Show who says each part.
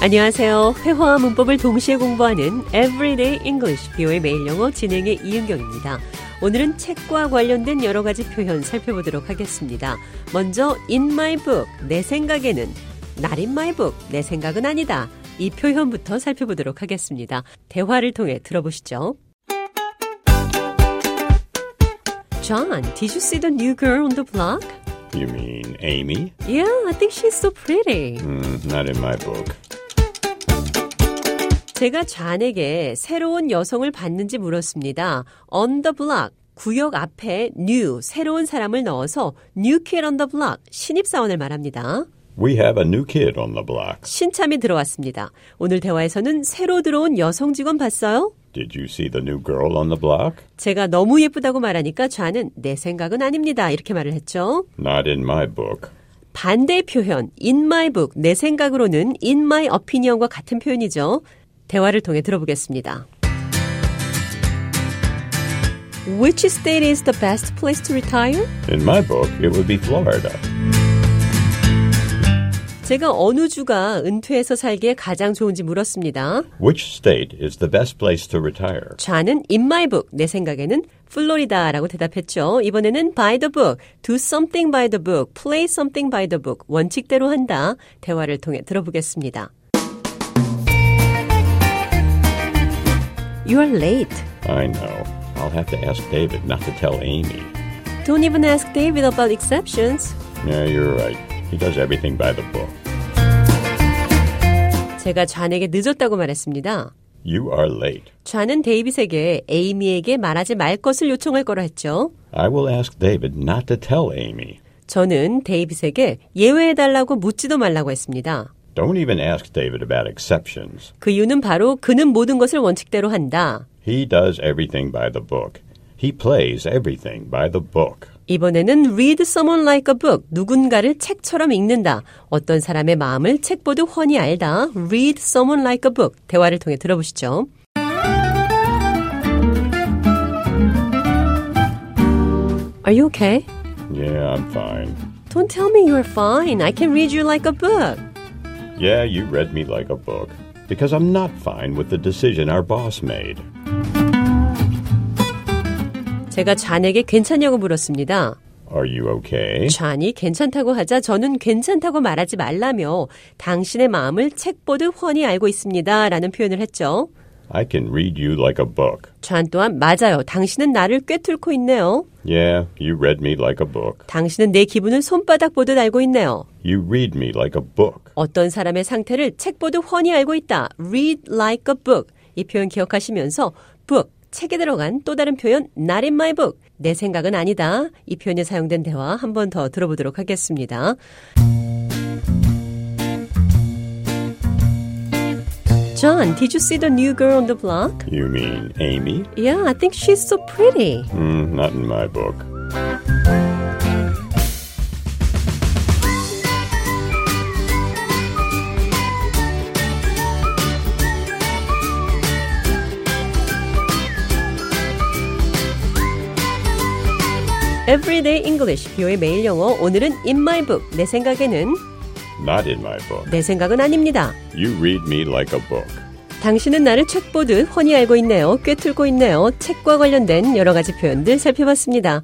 Speaker 1: 안녕하세요. 회화와 문법을 동시에 공부하는 Everyday English, 비오의 매일 영어 진행의 이은경입니다. 오늘은 책과 관련된 여러 가지 표현 살펴보도록 하겠습니다. 먼저 in my book, 내 생각에는 not in my book, 내 생각은 아니다. 이 표현부터 살펴보도록 하겠습니다. 대화를 통해 들어보시죠. John, did you see the new girl on the block?
Speaker 2: You mean Amy?
Speaker 1: Yeah, I think she's so pretty.
Speaker 2: Mm, not in my book.
Speaker 1: 제가 잔에게 새로운 여성을 봤는지 물었습니다. On the block. 구역 앞에 new, 새로운 사람을 넣어서 new kid on the block, 신입사원을 말합니다.
Speaker 2: We have a new kid on the block.
Speaker 1: 신참이 들어왔습니다. 오늘 대화에서는 새로 들어온 여성 직원 봤어요?
Speaker 2: Did you see the new girl on the block?
Speaker 1: 제가 너무 예쁘다고 말하니까 좌는 내 생각은 아닙니다. 이렇게 말을 했죠.
Speaker 2: Not in my book.
Speaker 1: 반대 표현, in my book, 내 생각으로는 in my opinion과 같은 표현이죠. 대화를 통해 들어보겠습니다. Which state is the best place to retire?
Speaker 2: In my book, it would be Florida.
Speaker 1: 제가 어느 주가 은퇴해서 살기에 가장 좋은지 물었습니다.
Speaker 2: Which state is the best place to retire?
Speaker 1: 좌는 in my book, 내 생각에는 플로리다라고 대답했죠. 이번에는 by the book, do something by the book, play something by the book, 원칙대로 한다. 대화를 통해 들어보겠습니다. You are late.
Speaker 2: I know. I'll have to ask David not to tell Amy.
Speaker 1: Don't even ask David about exceptions.
Speaker 2: Yeah, you're right. He does everything by the book.
Speaker 1: 제가 좌에게 늦었다고 말했습니다.
Speaker 2: You are late.
Speaker 1: 좌는 데이빗에게 에이미에게 말하지 말 것을 요청할 거라 했죠.
Speaker 2: I will ask David not to tell Amy.
Speaker 1: 저는 데이빗에게 예외해달라고 묻지도 말라고 했습니다.
Speaker 2: Don't even ask David about exceptions.
Speaker 1: 그 이유는 바로 그는 모든 것을 원칙대로 한다.
Speaker 2: He does everything by the book. He plays everything by the book.
Speaker 1: 이번에는 read someone like a book. 누군가를 책처럼 읽는다. 어떤 사람의 마음을 책보듯 훤히 알다. read someone like a book. 대화를 통해 들어보시죠. Are you okay?
Speaker 2: Yeah, I'm fine.
Speaker 1: Don't tell me you're fine. I can read you like a book.
Speaker 2: Yeah, you read me like a book. Because I'm not fine with the decision our boss made.
Speaker 1: 제가 좌에게 괜찮냐고 물었습니다.
Speaker 2: Are you okay?
Speaker 1: 좌이 괜찮다고 하자 저는 괜찮다고 말하지 말라며 당신의 마음을 책보듯 훤히 알고 있습니다. 라는 표현을 했죠.
Speaker 2: I can read you like a book.
Speaker 1: 좌한 또한 맞아요. 당신은 나를 꿰뚫고 있네요.
Speaker 2: Yeah, you read me like a book.
Speaker 1: 당신은 내 기분을 손바닥 보듯 알고 있네요.
Speaker 2: You read me like a book.
Speaker 1: 어떤 사람의 상태를 책보듯 훤히 알고 있다. read like a book. 이 표현 기억하시면서 book, 책에 들어간 또 다른 표현 not in my book. 내 생각은 아니다. 이 표현에 사용된 대화 한 번 더 들어보도록 하겠습니다. John, did you see the new girl on the block?
Speaker 2: You mean Amy?
Speaker 1: Yeah, I think she's so pretty.
Speaker 2: Mm, not in my book.
Speaker 1: Everyday English, 비오의 매일 영어. 오늘은 in my book. 내 생각에는
Speaker 2: Not in my book.
Speaker 1: 내 생각은 아닙니다.
Speaker 2: You read me like a book.
Speaker 1: 당신은 나를 책 보듯 훤히 알고 있네요. 꿰뚫고 있네요. 책과 관련된 여러 가지 표현들 살펴봤습니다.